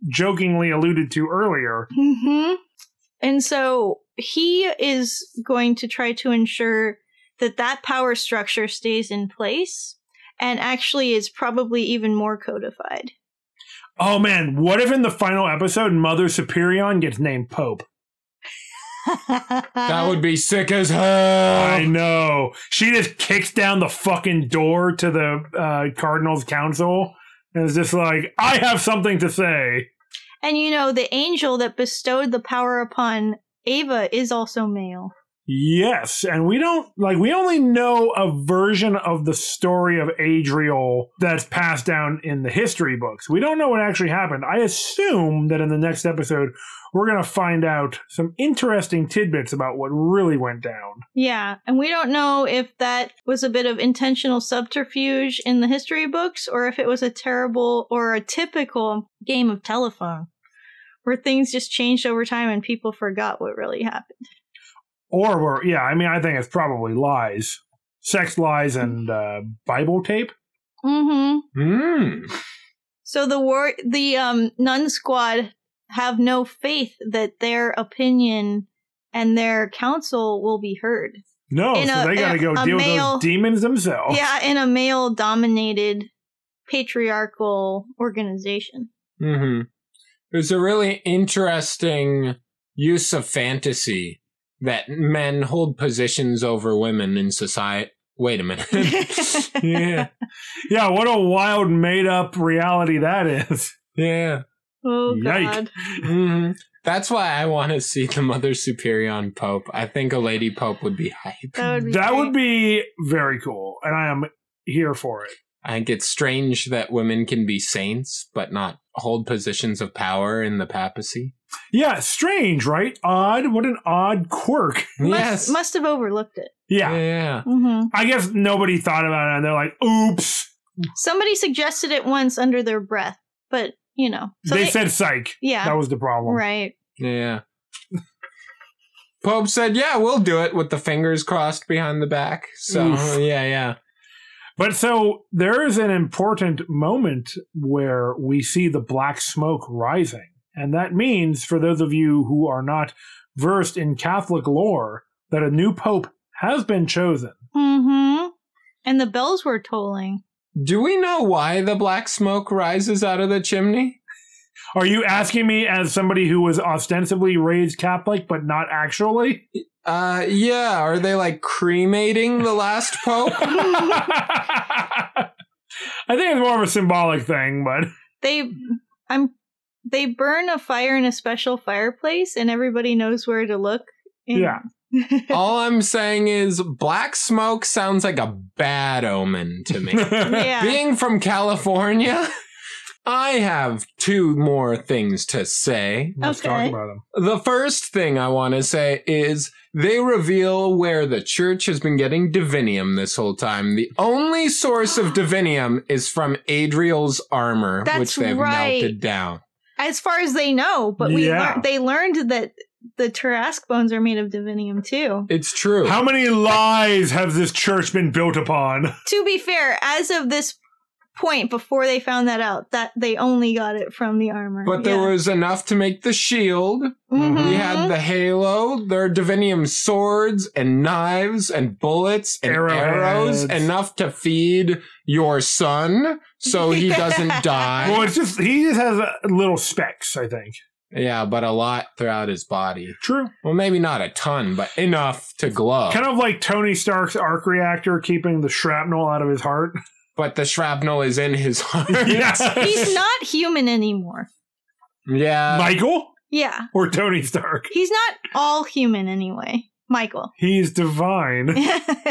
jokingly alluded to earlier.
hmm And so he is going to try to ensure that that power structure stays in place and actually is probably even more codified.
Oh man, what if in the final episode Mother Superion gets named Pope?
Uh,
That would be sick as hell.
I know. She just kicks down the fucking door to the uh, Cardinals Council and is just like, I have something to say.
And you know, the angel that bestowed the power upon Ava is also male.
Yes, and we don't like we only know a version of the story of Adriel that's passed down in the history books. We don't know what actually happened. I assume that in the next episode we're going to find out some interesting tidbits about what really went down.
Yeah, and we don't know if that was a bit of intentional subterfuge in the history books or if it was a terrible or a typical game of telephone where things just changed over time and people forgot what really happened.
Or were yeah, I mean I think it's probably lies. Sex lies and uh, Bible tape.
Mhm.
Mm.
So the war the um nun squad have no faith that their opinion and their counsel will be heard.
No,
In
so
a-
they got to
in
go
a
deal with
male-
those demons themselves.
Yeah, in a male dominated patriarchal organization.
Mm-hmm. It was a really interesting use of fantasy that men hold positions over women in society. Wait a
Oh,
minute. yeah.
Yeah, what a wild made up reality that is.
Yeah.
Oh
Yike.
god.
hmm That's why I want to see the Mother Superior on Pope. I think a lady Pope would be hype.
That would be
That
great.
would be very cool, and I am here for it.
I think it's strange that women can be saints but not hold positions of power in the papacy.
Yeah, strange, right? Odd. What an odd quirk.
must,
yes.
must have overlooked it.
Yeah,
yeah. yeah.
hmm
I guess nobody thought about it, and they're like, "Oops."
Somebody suggested it once under their breath, but you know. So
they, said psych. That
yeah,
was the problem.
right.
Yeah. Pope said, "Yeah, we'll do it with the fingers crossed behind the back." So,
Oof.
yeah, yeah.
But so there is an important moment where we see the black smoke rising. And that means, for those of you who are not versed in Catholic lore, that a new pope has been chosen.
Mm-hmm. And the bells were tolling.
Do we know why the black smoke rises out of the chimney?
Are you asking me as somebody who was ostensibly raised Catholic, but not actually?
Uh, yeah, are they like cremating the last pope?
I think it's more of a symbolic thing, but
They, I'm, they burn a fire in a special fireplace, and everybody knows where to look. And-
Yeah.
All I'm saying is black smoke sounds like a bad omen to me.
yeah.
Being from California, I have two more things to say.
let's
Okay.
talk about them.
The first thing I want to say is they reveal where the church has been getting divinium this whole time. The only source of divinium is from Adriel's armor,
That's
which they've
right.
melted down.
As far as they know, but we
Yeah.
lear- they learned that the Tarask bones are made of divinium too.
It's true.
How many lies has this church been built upon?
To be fair, as of this point, before they found that out, that they only got it from the armor.
but there
Yeah.
was enough to make the shield.
Mhm.
We
Mhm.
had the halo, there are divinium swords and knives and bullets and
Arrowheads.
arrows, enough to feed your son so he doesn't die.
Well, it's just he just has uh, little specks, I think.
Yeah, but a lot throughout his body.
True.
Well, maybe not a ton, but enough to glow.
Uh, Kind of like Tony Stark's arc reactor keeping the shrapnel out of his heart.
but the shrapnel is in his heart.
He's not human anymore.
yeah.
Michael
Yeah.
or Tony Stark.
He's not all human anyway, Michael.
He's divine.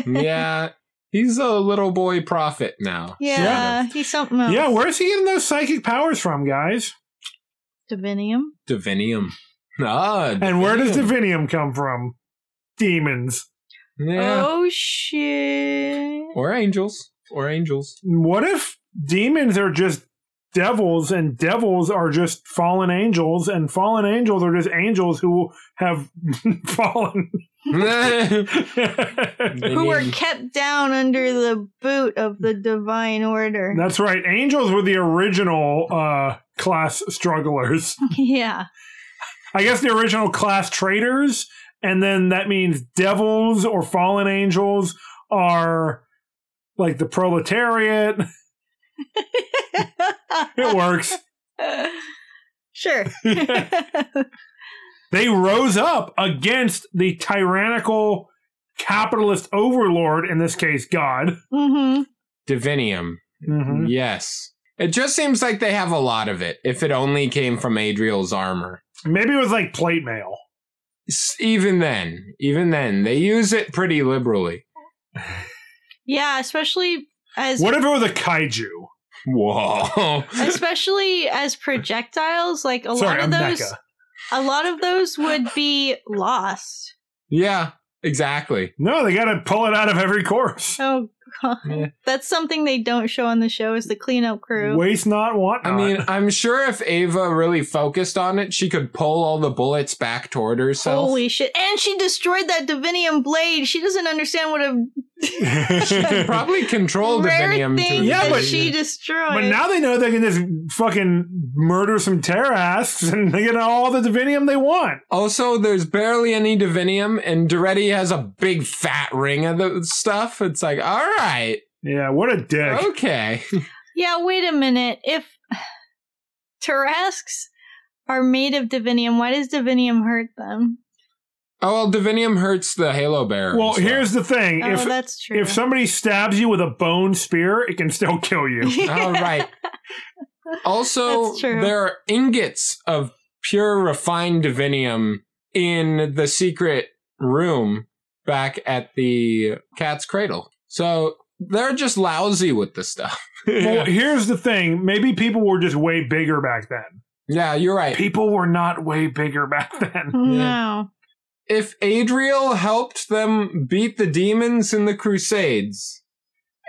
yeah. He's a little boy prophet now.
Yeah, he's something else.
yeah, where's he getting those psychic powers from, guys?
Divinium.
Divinium. Ah.
And where does
divinium.
divinium come from? Demons.
Yeah.
Oh shit!
Or angels. Or angels.
What if demons are just devils and devils are just fallen angels and fallen angels are just angels who have fallen?
Who were kept down under the boot of the divine order?
That's right. Angels were the original uh, class strugglers.
Yeah,
I guess the original class traitors, and then that means devils or fallen angels are like the proletariat. It works.
sure.
they rose up against the tyrannical capitalist overlord, in this case, God.
hmm
divinium.
Mm-hmm.
Mm-hmm.
Mhm.
Yes. It just seems like they have a lot of it if it only came from Adriel's armor.
Maybe it was like plate mail.
S- Even then, even then, they use it pretty liberally.
Yeah, especially as
What if it was a kaiju?
Whoa.
especially as projectiles. Like a
Sorry,
lot
I'm
of
E
those,
Becca.
a lot of those would be lost.
yeah, exactly.
No, they got to pull it out of every course.
Oh god,
Yeah.
that's something they don't show on the show is the cleanup crew.
Waste not, want
I
not.
mean, I'm sure if Ava really focused on it, she could pull all the bullets back toward herself.
Holy shit! And she destroyed that divinium blade. She doesn't understand what a
she could probably control
rare
divinium to
thing
Yeah,
that
but-
she destroyed.
But now they know they can just fucking murder some terrasks and they get all the divinium they want.
Also, there's barely any divinium, and Doretti has a big fat ring of the stuff. It's like, all right,
Yeah, what a dick.
okay.
yeah, wait a minute. If Tarasks are made of divinium, why does divinium hurt them?
Oh, well, Divinium hurts the Halo bearer.
Well,
as
here's the thing:
Oh,
if
that's true.
if somebody stabs you with a bone spear, it can still kill you.
All right. Also,
That's true.
there are ingots of pure refined divinium in the secret room back at the cat's cradle. So they're just lousy with this stuff.
Well,
yeah.
here's the thing: maybe people were just way bigger back then.
you're right.
People were not way bigger back then.
no.
If Adriel helped them beat the demons in the Crusades,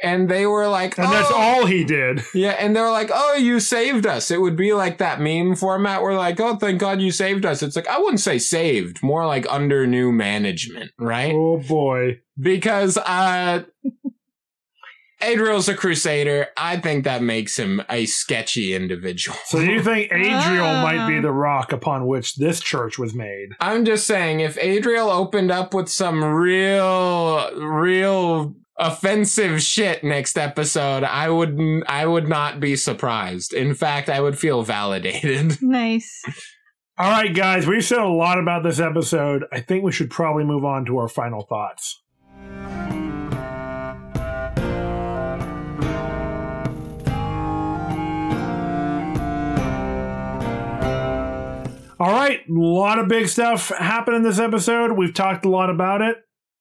and they were like,
And that's
"Oh,
all he did.
Yeah, and they were like, "Oh, you saved us." It would be like that meme format where like, "Oh, thank God you saved us." It's like I wouldn't say saved, more like under new management, right?
Oh boy.
Because uh Adriel's a crusader. I think that makes him a sketchy individual.
So you think Adriel
Ah.
might be the rock upon which this church was made?
I'm just saying if Adriel opened up with some real real offensive shit next episode, I would I would not be surprised. In fact, I would feel validated.
Nice.
All right, guys, we've said a lot about this episode. I think we should probably move on to our final thoughts. All right, a lot of big stuff happened in this episode. We've talked a lot about it.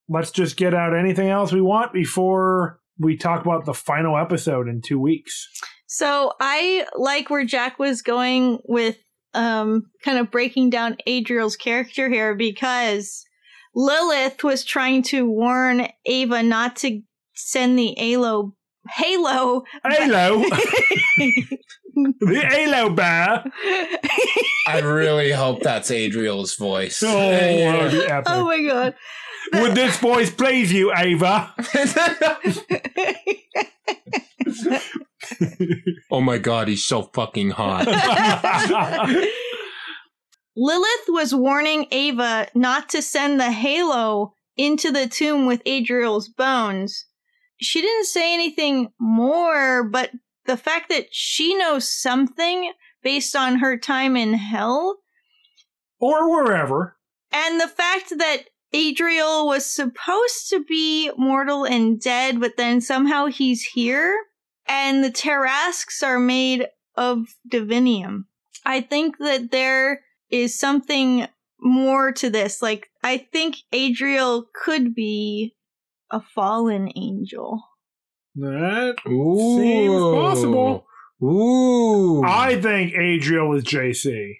Let's just get out anything else we want before we talk about the final episode in two weeks.
So I like where Jack was going with um, kind of breaking down Adriel's character here because Lilith was trying to warn Ava not to send the Halo Halo
Halo, the Halo bear.
I really hope that's Adriel's voice.
Oh, that would be epic.
Oh my god.
Would this voice please you, Ava?
oh my god, he's so fucking hot.
Lilith was warning Ava not to send the halo into the tomb with Adriel's bones. She didn't say anything more, but the fact that she knows something based on her time in hell,
or wherever.
and the fact that Adriel was supposed to be mortal and dead, but then somehow he's here, and the Tarasques are made of divinium. I think that there is something more to this. Like, I think Adriel could be a fallen angel.
That-
Ooh.
Seems possible.
Ooh.
I think Adriel was JC.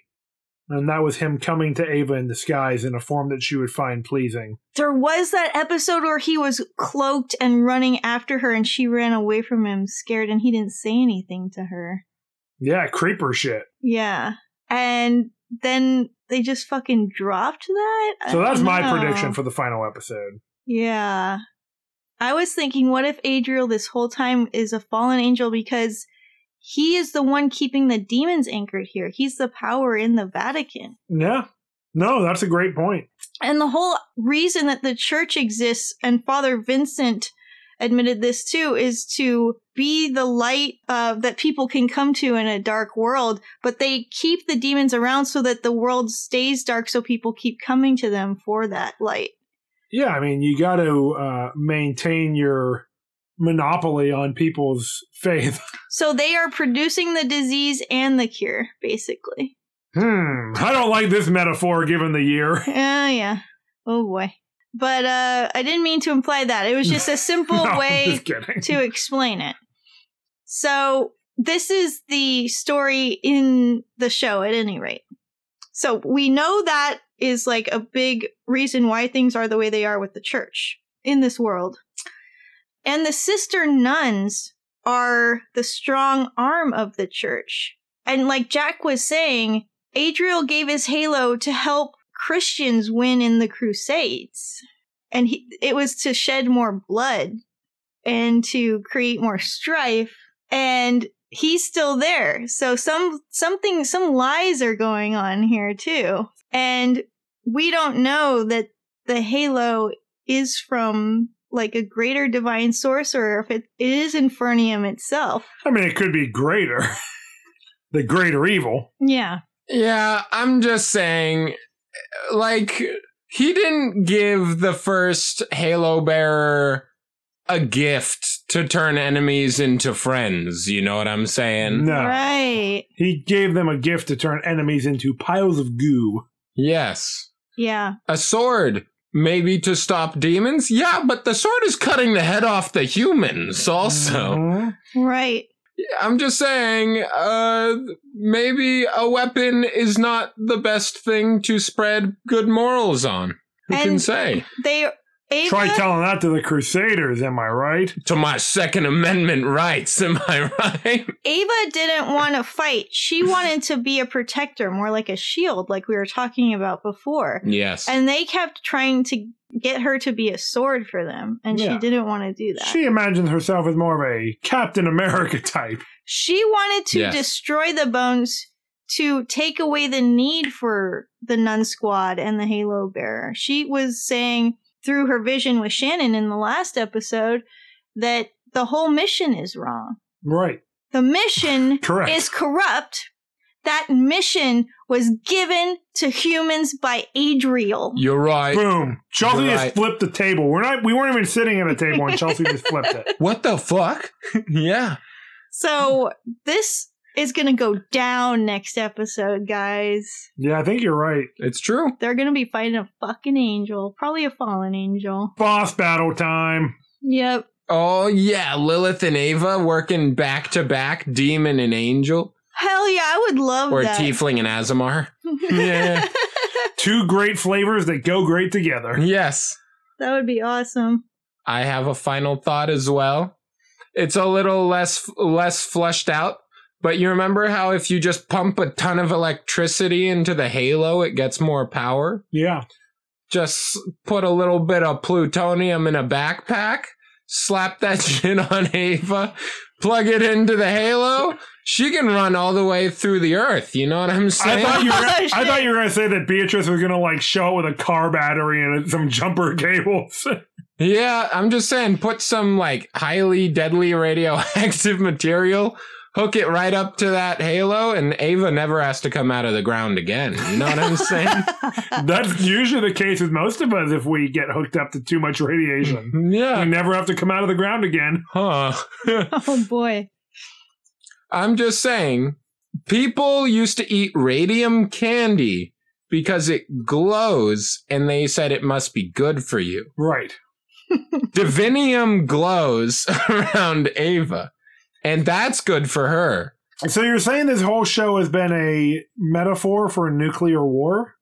And that was him coming to Ava in disguise in a form that she would find pleasing.
There was that episode where he was cloaked and running after her, and she ran away from him scared, and he didn't say anything to her.
Yeah, creeper shit.
Yeah. And then they just fucking dropped that. I
So that's
don't
my
know.
prediction for the final episode.
Yeah. I was thinking, what if Adriel this whole time is a fallen angel because he is the one keeping the demons anchored here? He's the power in the Vatican.
Yeah. No, that's a great point.
And the whole reason that the church exists, and Father Vincent admitted this too, is to be the light uh, that people can come to in a dark world. But they keep the demons around so that the world stays dark, so people keep coming to them for that light.
Yeah, I mean, you got to uh, maintain your monopoly on people's faith.
So they are producing the disease and the cure, basically.
Hmm. I don't like this metaphor given the year.
Oh, yeah. Oh, boy. But uh, I didn't mean to imply that. It was just a simple
No, I'm
way
just kidding.
to explain it. So this is the story in the show at any rate. So we know that is like a big reason why things are the way they are with the church in this world. And the sister nuns are the strong arm of the church. And like Jack was saying, Adriel gave his halo to help Christians win in the crusades. And he, it was to shed more blood and to create more strife and he's still there so some something some lies are going on here too and we don't know that the halo is from like a greater divine source or if it, it is infernium itself
I mean, it could be greater. the greater evil.
yeah
yeah, I'm just saying, like, he didn't give the first Halo bearer a gift to turn enemies into friends. You know what I'm saying?
No.
Right.
He gave them a gift to turn enemies into piles of goo.
Yes.
Yeah.
A sword, maybe to stop demons. Yeah, but the sword is cutting the head off the humans also.
Mhm.
Right.
I'm just saying, uh, maybe a weapon is not the best thing to spread good morals on. Who can
And-
say?
They Ava
Try telling that to the Crusaders, am I right?
To my Second Amendment rights, am I right?
Ava didn't want to fight. She wanted to be a protector, more like a shield, like we were talking about before.
Yes.
And they kept trying to get her to be a sword for them, and
Yeah.
she didn't want to do that. She,
She imagines herself as more of a Captain America type.
wanted to
Yes.
destroy the bones to take away the need for the Nun Squad and the Halo Bearer. She was saying through her vision with Shannon in the last episode that the whole mission is wrong.
Right.
The mission
Correct.
is corrupt. That mission was given to humans by Adriel.
You're right.
Boom. Chelsea
You're
just
right.
flipped the table. We're not we weren't even sitting at a table and Chelsea just flipped it.
What the fuck? yeah.
So this is going to go down next episode, guys.
Yeah, I think you're right.
It's true.
They're going to be fighting a fucking angel, probably a fallen angel.
Boss battle time.
Yep.
Oh, yeah. Lilith and Ava working back to back, demon and angel,
Hell yeah, I would love
or
that.
tiefling and Azamar. Yeah.
Two great flavors that go great
Mm-hmm.
together.
yes.
that would be awesome.
I have a final thought as well. It's a little less less fleshed out, but you remember how if you just pump a ton of electricity into the halo, it gets more power?
Yeah.
Just put a little bit of plutonium in a backpack, slap that shit on Ava, plug it into the halo. She can run all the way through the earth. You know what I'm
I
saying?
thought, you were,
Oh,
I thought
shit.
you were gonna say that Beatrice was gonna like show up with a car battery and some jumper cables.
Yeah, I'm just saying, put some like highly deadly radioactive material, hook it right up to that halo, and Ava never has to come out of the ground again. You know what I'm saying?
That's usually the case with most of us if we get hooked up to too much radiation. We
yeah.
never have to come out of the ground again.
Huh.
oh boy.
I'm just saying, people used to eat radium candy because it glows, and they said it must be good for you.
Right.
Divinium glows around Ava, and that's good for her.
So you're saying this whole show has been a metaphor for a nuclear war?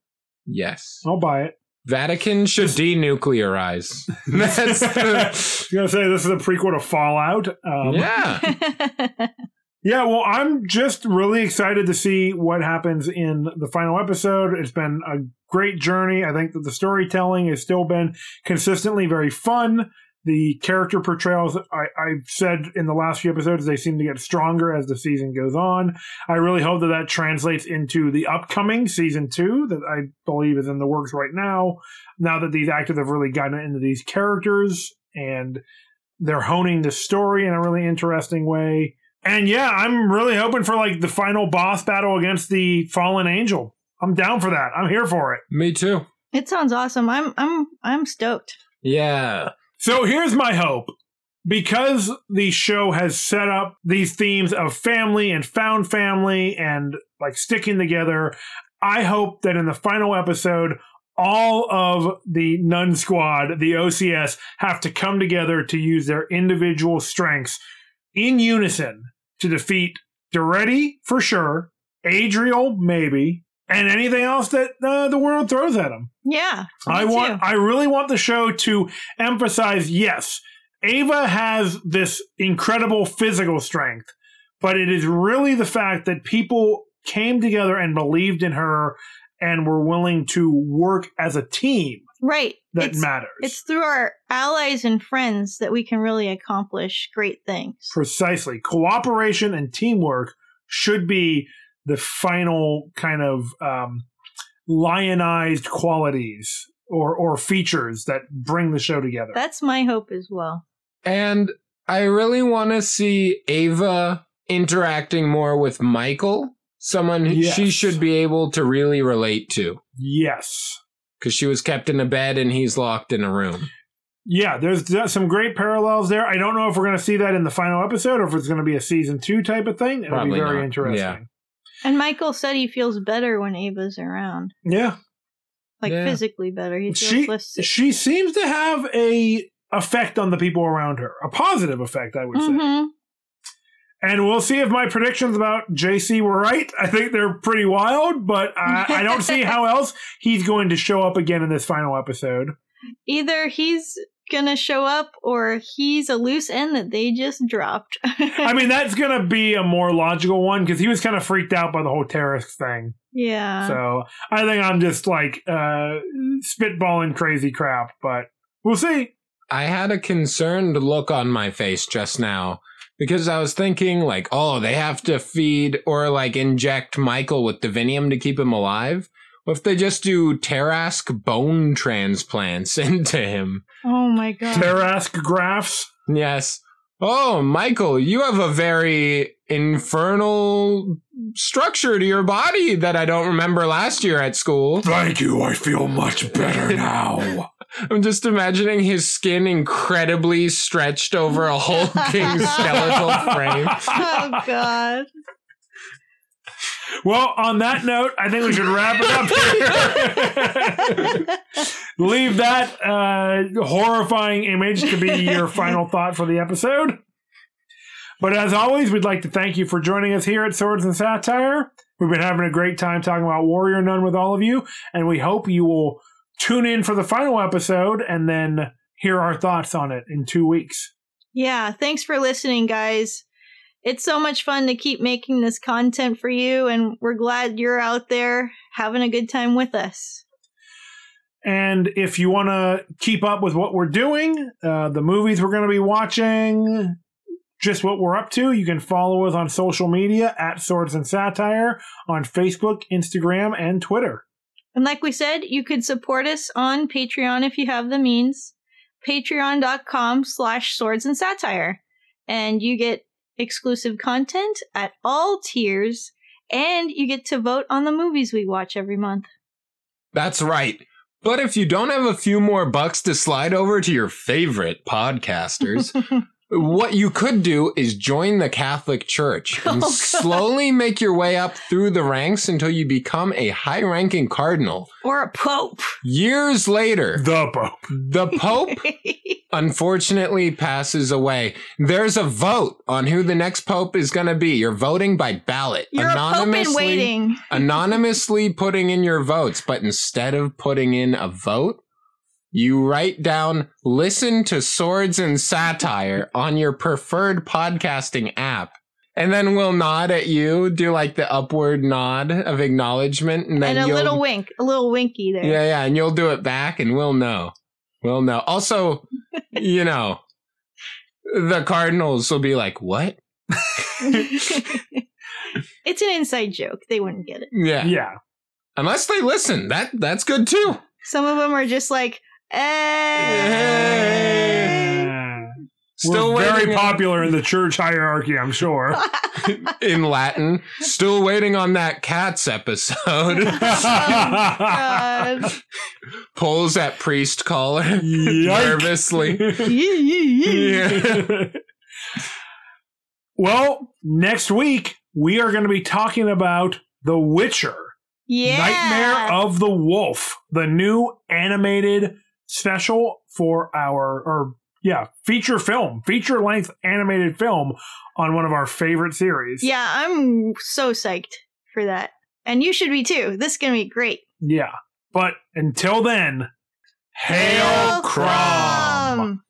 Yes.
I'll buy it.
Vatican should denuclearize. That's the-
I was gonna say this is a prequel to Fallout. Um,
yeah.
yeah, Well, I'm just really excited to see what happens in the final episode. It's been a great journey. I think that the storytelling has still been consistently very fun. The character portrayals, I, I've said in the last few episodes, they seem to get stronger as the season goes on. I really hope that that translates into the upcoming season two that I believe is in the works right now. Now that these actors have really gotten into these characters and they're honing the story in a really interesting way. And yeah, I'm really hoping for like the final boss battle against the fallen angel. I'm down for that. I'm here for it.
Me too.
it sounds awesome. I'm I'm I'm stoked.
Yeah.
So here's my hope. Because the show has set up these themes of family and found family and like sticking together, I hope that in the final episode, all of the Nun Squad, the OCS, have to come together to use their individual strengths in unison to defeat Doretti for sure, Adriel maybe, and anything else that uh, the world throws at them.
Yeah. me
I want.
too.
I really want the show to emphasize. Yes, Ava has this incredible physical strength, but it is really the fact that people came together and believed in her and were willing to work as a team
Right.
that
It's-
matters.
It's through our allies and friends that we can really accomplish great things.
Precisely, cooperation and teamwork should be the final kind of um, lionized qualities or or features that bring the show together.
That's my hope as well.
And I really want to see Ava interacting more with Michael, someone who
Yes.
she should be able to really relate to.
yes.
because she was kept in a bed and he's locked in a room.
Yeah, there's th- some great parallels there. I don't know if we're going to see that in the final episode or if it's going to be a season two type of thing. It'll
Probably
be very
not.
interesting.
And Michael said he feels better when Ava's around,
Yeah.
like
Yeah.
physically better. He feels
She,
less sick.
she seems to have a effect on the people around her, a positive effect, I would say.
Mhm.
And we'll see if my predictions about JC were right. I think they're pretty wild, but I, I don't see how else he's going to show up again in this final episode.
Either he's gonna show up or he's a loose end that they just dropped.
I mean, that's going to be a more logical one because he was kind of freaked out by the whole terrorist thing.
yeah.
So I think I'm just like uh, spitballing crazy crap, but we'll see.
I had a concerned look on my face just now because I was thinking, like, oh, they have to feed or like inject Michael with divinium to keep him alive. What if they just do Tarask bone transplants into him?
oh my god.
Terrask graphs.
Yes. Oh, Michael, you have a very infernal structure to your body that I don't remember last year at school.
Thank you. I feel much better now.
I'm just imagining his skin incredibly stretched over a hulking skeletal frame.
oh god.
Well, on that note, I think we should wrap it up here. Leave that uh, horrifying image to be your final thought for the episode. But as always, we'd like to thank you for joining us here at Swords and Satire. We've been having a great time talking about Warrior Nun with all of you, and we hope you will tune in for the final episode and then hear our thoughts on it in two weeks.
Yeah, thanks for listening, guys. It's so much fun to keep making this content for you, and we're glad you're out there having a good time with us.
And if you want to keep up with what we're doing, uh, the movies we're going to be watching, just what we're up to, you can follow us on social media at Swords and Satire on Facebook, Instagram, and Twitter.
And like we said, you could support us on Patreon if you have the means. Patreon.com slash swords and satire. And you get exclusive content at all tiers, and you get to vote on the movies we watch every month.
That's right. But if you don't have a few more bucks to slide over to your favorite podcasters, what you could do is join the Catholic Church and
Oh, God.
slowly make your way up through the ranks until you become a high ranking cardinal.
Or a pope.
Years later,
The Pope.
the Pope unfortunately passes away. There's a vote on who the next Pope is going to be. You're voting by ballot.
You're a pope in waiting.
anonymously putting in your votes, but instead of putting in a vote, you write down listen to Swords and Satire on your preferred podcasting app. And then we'll nod at you, do like the upward nod of acknowledgement, and then
and a
you'll
little wink, a little winky there.
Yeah, yeah, and you'll do it back and we'll know. We'll know. Also, you know, the Cardinals will be like, "What?"
it's an inside joke. They wouldn't get it.
Yeah.
Yeah.
Unless they listen. That that's good too.
Some of them are just like,
Uh,
eh.
Still
we're
waiting Oh,
very
on-
popular in the church hierarchy, I'm sure.
in Latin. Still waiting on that cats episode.
God.
Pulls at priest collar
Yikes.
nervously.
Yeah, yeah, yeah.
Yeah.
well, next week, we are going to be talking about The Witcher.
Yeah.
Nightmare of the Wolf, the new animated special for our or yeah, feature film, feature length animated film on one of our favorite series.
Yeah, I'm so psyched for that. And you should be too. This is going to be great.
Yeah. But until then, Hail, Crom.
Crom.